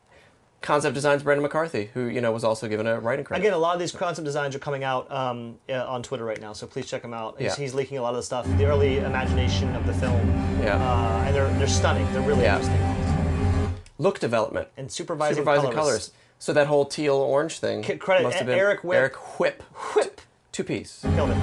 concept designs Brandon McCarthy, who you know was also given a writing credit. Again, a lot of these concept designs are coming out um, uh, on Twitter right now, so please check him out. He's, Yeah. he's leaking a lot of the stuff, the early imagination of the film, Yeah. uh, and they're they're stunning. They're really Yeah. interesting. look development And supervising, supervising colors. colorist. So that whole teal orange thing. K- credit, must have E- been Eric Whip. Eric Whip. Whip. Two piece. Killed it,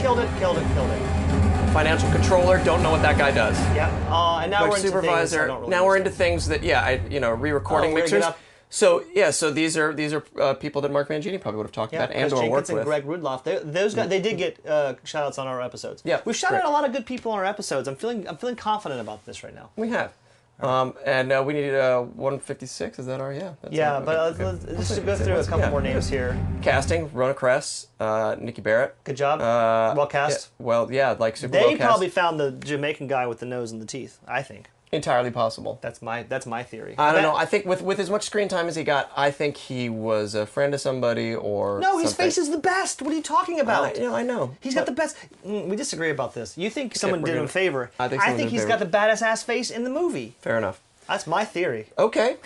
killed it, killed it, killed it. Financial controller. Don't know what that guy does. Yeah. Uh, and now Like we're into supervisor. Things I don't really now we're into understand. things that yeah, I you know re-recording Oh, we're gonna mixers. get up- So yeah, so these are these are uh, people that Mark Mangini probably would have talked about Chris and or Jenkins worked and with. Greg Rudloff. They, those guys, they did get uh, shout outs on our episodes. Yeah, we've shouted great. out a lot of good people on our episodes. I'm feeling I'm feeling confident about this right now. we have. Um, and uh, we need uh, 156. Is that our yeah? That's Yeah, our- but uh, okay, let's, okay. let's, let's just go through a couple Yeah. more names here. Casting: Rona Kress, uh, Nikki Barrett. Good job. Uh, well cast. yeah, well, yeah, like super They well cast. probably found the Jamaican guy with the nose and the teeth. I think entirely possible. that's my that's my theory. I don't That- know. I think with with as much screen time as he got, I think he was a friend of somebody or no, his something. face is the best. What are you talking about? I, no, I know. He's got the best. Mm, we disagree about this. You think someone we're did him a gonna- favor? I think someone did he's him a got the favor. baddest ass face in the movie. fair enough. That's my theory. Okay.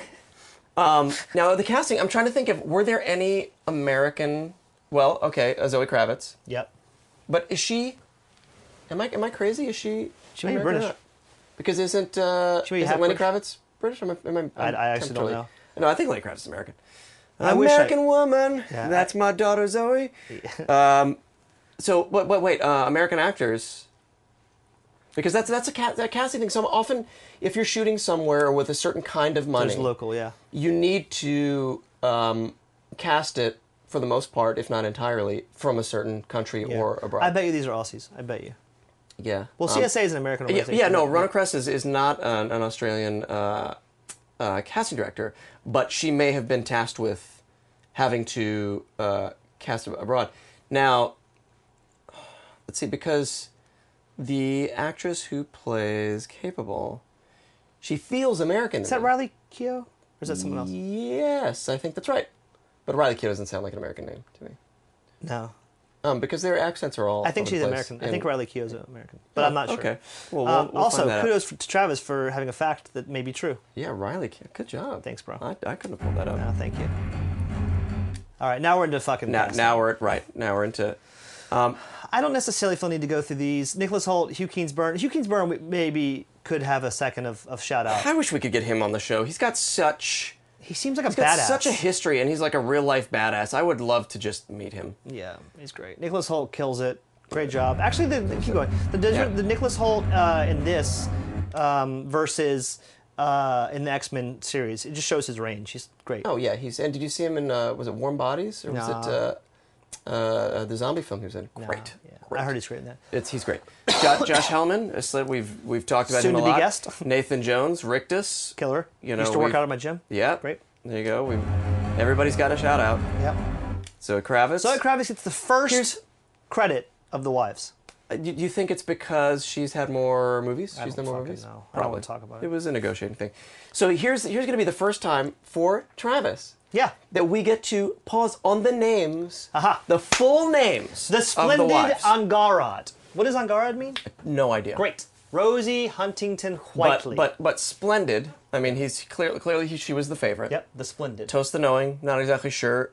Um, now the casting. I'm trying to think of were there any American? Well, okay, uh, Zoe Kravitz, Yep. but is she? Am I am I crazy? Is she? She may American be or British. not? Because isn't uh, She may be isn't half Lenny British. Kravitz British? Am I, am I, I'm I actually don't totally- know. No, I think Lenny Kravitz is American. I wish I- American woman. Yeah, that's I- my daughter Zoe. um, so wait, wait, wait uh, American actors. Because that's that's a ca- that casting thing. Some often, if you're shooting somewhere with a certain kind of money, There's local. Yeah. you need to um, cast it for the most part, if not entirely, from a certain country Yeah. or abroad. I bet you these are Aussies. I bet you. Yeah. Well, Um, CSA is an American yeah, organization. yeah, no, Rona Kress is, is not an, an Australian uh, uh, casting director, but she may have been tasked with having to uh, cast ab- abroad. Now, let's see, because the actress who plays Capable, she feels American. Is that Riley Keough? Or is that someone else? Yes, I think that's right. But Riley Keough doesn't sound like an American name to me. No. Um, because their accents are all. I think over she's the place. American. I And- think Riley Keough's American, but I'm not sure. Okay. Well, we'll- Um, we'll also, find that out. kudos for, to Travis for having a fact that may be true. Yeah, Riley. Keough. Good job. Thanks, bro. I, I couldn't have pulled that up. No, thank you. All right, now we're into fucking. Now, casting. now we're at right. Now we're into. Um, I don't necessarily feel need to go through these. Nicholas Holt, Hugh Keansburn. Hugh Keansburn we- maybe could have a second of, of shout out. I wish we could get him on the show. He's got such He seems like a he's got badass. such a history, and he's like a real life badass. I would love to just meet him. yeah, he's great. Nicholas Holt kills it. Great job. Actually, the, the- keep going. The, the, Yeah. the Nicholas Holt uh, in this um, versus uh, in the X Men series, it just shows his range. He's great. Oh yeah, he's. And did you see him in? Uh, was it Warm Bodies or was it uh, uh, the zombie film he was in? Uh, Great. yeah. Great. I heard he's great in that. It's he's great. Josh, Josh Hellman, it's that we've we've talked about Soon him a to be lot. guest. <laughs> Nathan Jones, Rictus, Killer. You know, used to work we've- out at my gym. Yeah, Great. There you go. We everybody's got a shout out. Yep. So Kravitz. Zoe Kravitz gets the first Here's- credit of the wives. Uh, Do you think it's because she's had more movies? She's don't done more fucking movies. know. I don't Probably. wanna talk about it. It was a negotiating thing. So here's here's going to be the first time for Travis Yeah. that we get to pause on the names, Aha. the full names, The splendid um, of the wives. Angarad. What does Angarad mean? no idea. Great. Rosie Huntington but Whiteley. but but splendid. I mean, he's clearly clearly he, she was the favorite. yep, the splendid. Toast the knowing. Not exactly sure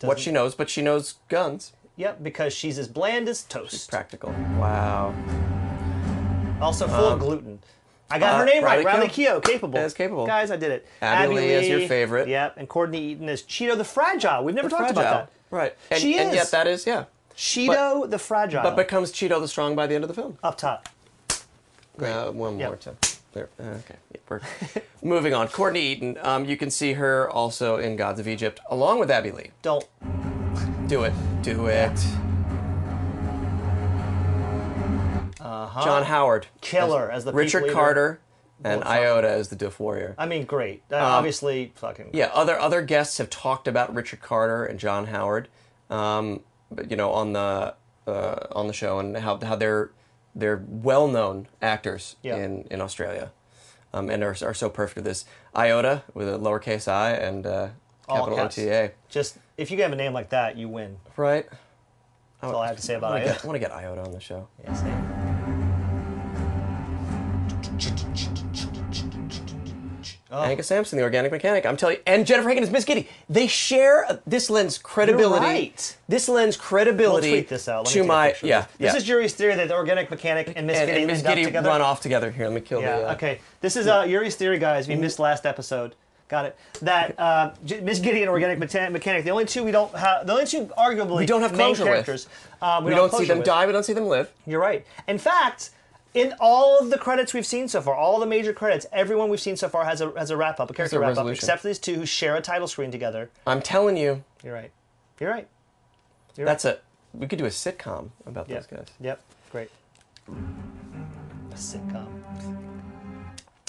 what Doesn't- she knows, but she knows guns. Yep, because she's as bland as toast. Practical. Wow. Also full of gluten. I got Um, uh, her name right. Riley Riley Keough. Keough, capable. Is capable. Guys, I did it. Abby Lee is your favorite. Yep, and Courtney Eaton is Cheeto the Fragile. We've never talked Fragile. about that. Right. And, She and is. yet that is yeah. Cheeto the Fragile. But becomes Cheeto the strong by the end of the film. up top. Uh, one Yeah. more time. There. Uh, Okay. Yeah, we're- <laughs> Moving on. Courtney Eaton. Um, you can see her also in Gods of Egypt, along with Abby Lee. Don't. Do it. Do it. John Howard. Killer as the peak Richard leader. Carter. and Iota is the Diff Warrior. I mean, great. Uh, obviously, fucking. Um, Yeah, other other guests have talked about Richard Carter and John Howard, um, but you know on the uh, on the show and how how they're they're well known actors Yeah. in in Australia, um, and are are so perfect at this. Iota with a lowercase i and uh, All capital caps. OTA. Just if you have a name like that, you win. Right. That's all I have to say about I it. <laughs> want to get Iota on the show. Yeah, same. Oh. Angus Sampson, the organic mechanic. I'm telling you, and Jennifer Higgins, Miss Giddy. They share uh, this lends credibility. right. This lends credibility We'll tweet this out. Let me to take a my picture of yeah. This yeah. This is Yuri's theory that the organic mechanic and Miss and, Giddy and Miss linked up Giddy together. run off together. Here, let me kill the. Yeah. uh, Okay. This is uh, Yuri's theory, guys. We missed last episode. Got it. That uh, J- Miss Giddy and Organic Meta- Mechanic, the only two we don't have, the only two arguably We don't have main closure with. characters. Uh, We don't see closure them with. die. We don't see them live. You're right. In fact, in all of the credits we've seen so far, all the major credits, everyone we've seen so far has a has a wrap up, a character a wrap up, resolution. except for these two who share a title screen together. I'm telling you, You're right. You're right. that's a. We could do a sitcom about Yep. those guys, Yep. Great. A sitcom.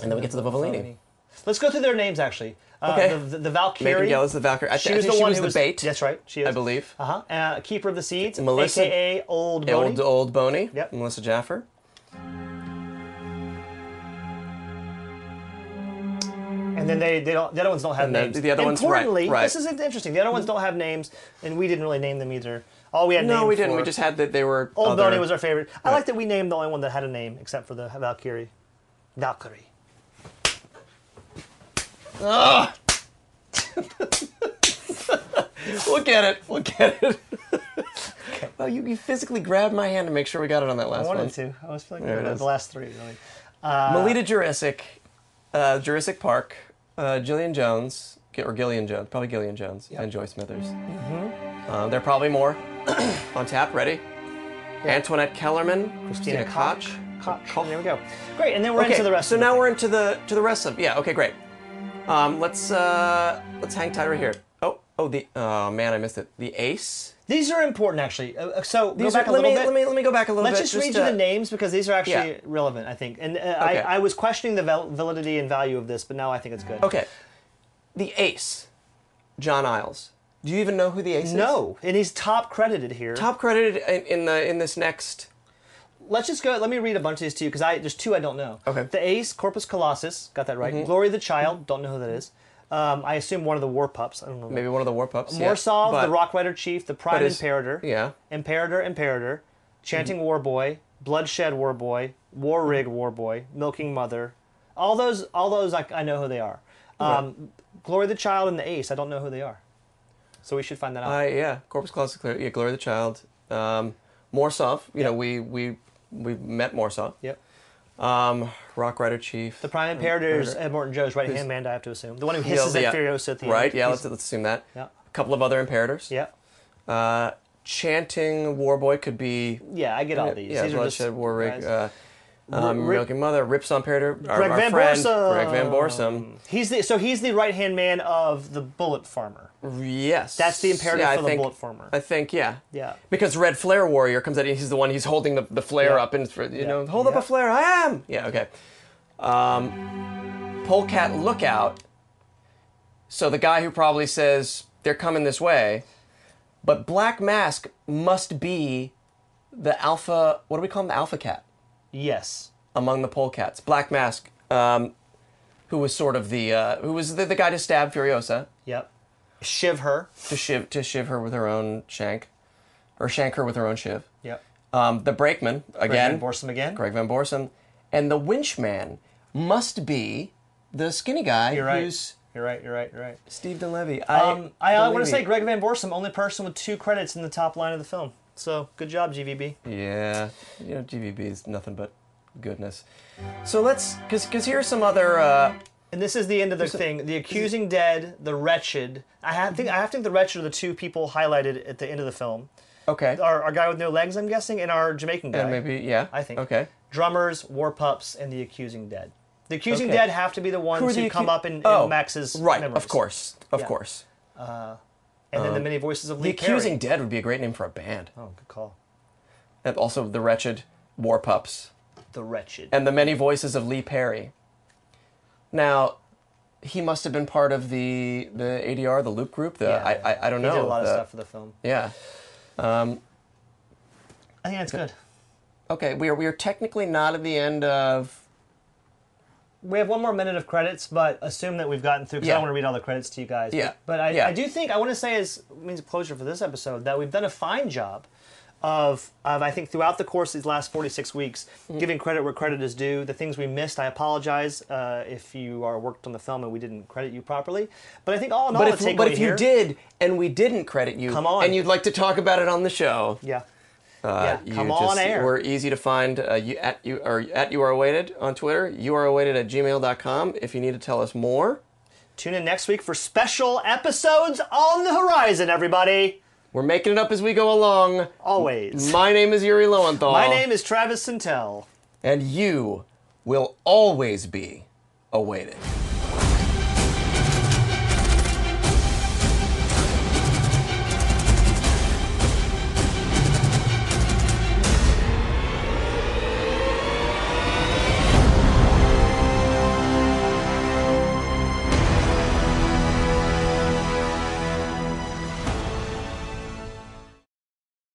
and then we get to the Bovolini. Let's go through their names actually. Uh, Okay. The, the, the Valkyrie. Megan Gale is the Valkyrie. I, th- She I was think the she one was who the was bait. That's right. She is. I believe. Uh-huh. Uh, Keeper of the Seeds, Melissa- aka Old Boney. Old old Boney. Yep. Melissa Jaffer. And then they, they don't, the other ones don't have then names. the other ones- right, Importantly, right. this is interesting. The other ones don't have names, and we didn't really name them either. All we had No, named we didn't. for- We just had that they were. Old other- Bonnie was our favorite. I like that we named the only one that had a name except for the Valkyrie. Valkyrie. We'll get it. We'll get <laughs> it. well, you, you physically grabbed my hand to make sure we got it on that I last one. wanted to. I was feeling There good it about is. the last three, really. Melita Jurassic, uh, Jurassic Park, uh, Gillian Jones, Gi- or Gillian Jones, probably Gillian Jones, and Joyce Smithers. Mm-hmm. Uh, there are probably more <coughs> on tap. Ready? Antoinette Kellerman, Christina, Koch. Koch. There we go. Great, and then we're Okay, into the rest so of now we're into the to the rest of yeah. Okay, great. Um, let's uh, let's hang tight right here. Oh, oh the oh man, I missed it. The ace. These are important, actually. Uh, uh, so These go back are- a let little me bit. let me let me go back a little Let's bit. just read you uh, the names because these are actually yeah. relevant, I think. And uh, Okay. I, I was questioning the val- validity and value of this, but now I think it's good. Okay, the ace, John Isles. Do you even know who the ace is? No, and he's top credited here. top credited in, in the in this next. Let's just go. Let me read a bunch of these to you because I there's two I don't know. Okay. Mm-hmm. The Ace, Corpus Colossus, got that right. Glory of the Child, don't know who that is. Um, I assume one of the war pups. I don't know. Maybe one of the war pups. yeah. Morsov, But- the Rock Rider Chief, the Prime it's- Imperator. Yeah. Imperator, Imperator, Chanting Mm-hmm. War Boy, Bloodshed War Boy, War Rig War Boy, Milking Mother. All those, all those, I, I know who they are. Um, Glory the Child and the Ace, I don't know who they are. So we should find that out. I Uh, yeah. Corpus Clausus, Clear, yeah, Glory of the Child, um, Morsov. You know, we we we met Morsov. yep. Um, Rock Rider Chief. The Prime Imperator is Ed Morton Joe's right hand man, I have to assume. The one who hisses Yeah, at yeah. Furiosa at the Right. end. Yeah. He's- Let's, let's assume that. Yeah. A couple of other imperators. yeah. Uh, chanting war boy could be. Yeah, I get all these. Yeah. these are just Bloodshed war rig. guys. Uh, um, Ri- Milking Mother, Rips on Imperator, our, Greg our Van friend, Borsum. Greg Van Borsum. he's the so he's the right hand man of the bullet farmer. Yes. That's the imperative yeah, I for the think- bullet farmer. I think, yeah. Yeah. Because Red Flare Warrior comes out, he's the one, he's holding the, the flare Yeah. up, and it's for- you Yeah. know, hold up Yeah. a flare, I am! Yeah, okay. Um, Polecat Lookout. So the guy who probably says, they're coming this way, but Black Mask must be the alpha, what do we call him? The alpha cat Yes. among the Polecats. Black Mask, um, who was sort of the, uh, who was the, the guy to stab Furiosa Yep. Shiv her. to shiv to shiv her with her own shank, or shank her with her own shiv. Yep. Um, the brakeman again, Van Borsum again. Greg Van Borsum, and the winchman must be the skinny guy You're right. who's You're right. You're right. You're right. Steve DeLevy. I Um, I, I want believe to say it. Greg Van Borsum, only person with two credits in the top line of the film. So good job, GVB. yeah, you know GVB is nothing but goodness. So let's, cause, cause here's some other. Uh, And this is the end of the thing: the accusing dead, the wretched. I have, think I have to think the wretched are the two people highlighted at the end of the film. okay, Our, our guy with no legs, I'm guessing, and our Jamaican guy. and maybe yeah. I think. okay. Drummers, war pups, and the accusing dead. The accusing Okay. dead have to be the ones who, are the come accu- up in, in Oh, Max's right? memories. Of course, of Yeah. course. And then the many voices of The Lee accusing Carey. dead would be a great name for a band. Oh, good call. And also the wretched war pups. The wretched. and the many voices of Lee Perry. Now, he must have been part of the the ADR, the Loop group. The Yeah. I, I I don't He know. did a lot of the- stuff for the film. Yeah. Um, I think that's good. okay, we are we are technically not at the end of. We have one more minute of credits, but assume that we've gotten through because I Yeah. don't want to read all the credits to you guys. Yeah. But I, Yeah. I do think I want to say as means of closure for this episode that we've done a fine job of of I think throughout the course of these last forty six weeks Mm-hmm. giving credit where credit is due. The things we missed, I apologize uh, if you are worked on the film and we didn't credit you properly. But I think all in all, But the if, takeaway but if you Oh, here- did and we didn't credit you, Come on. and you'd like to talk about it on the show, yeah, uh, yeah, come you on just- air. We're easy to find. Uh, you at you or at you are awaited on Twitter. You are awaited at gmail.com if you need to tell us more. Tune in next week for special episodes on the horizon, everybody. We're making it up as we go along. Always. My name is Yuri Lowenthal. My name is Travis Sintel. and you will always be awaited.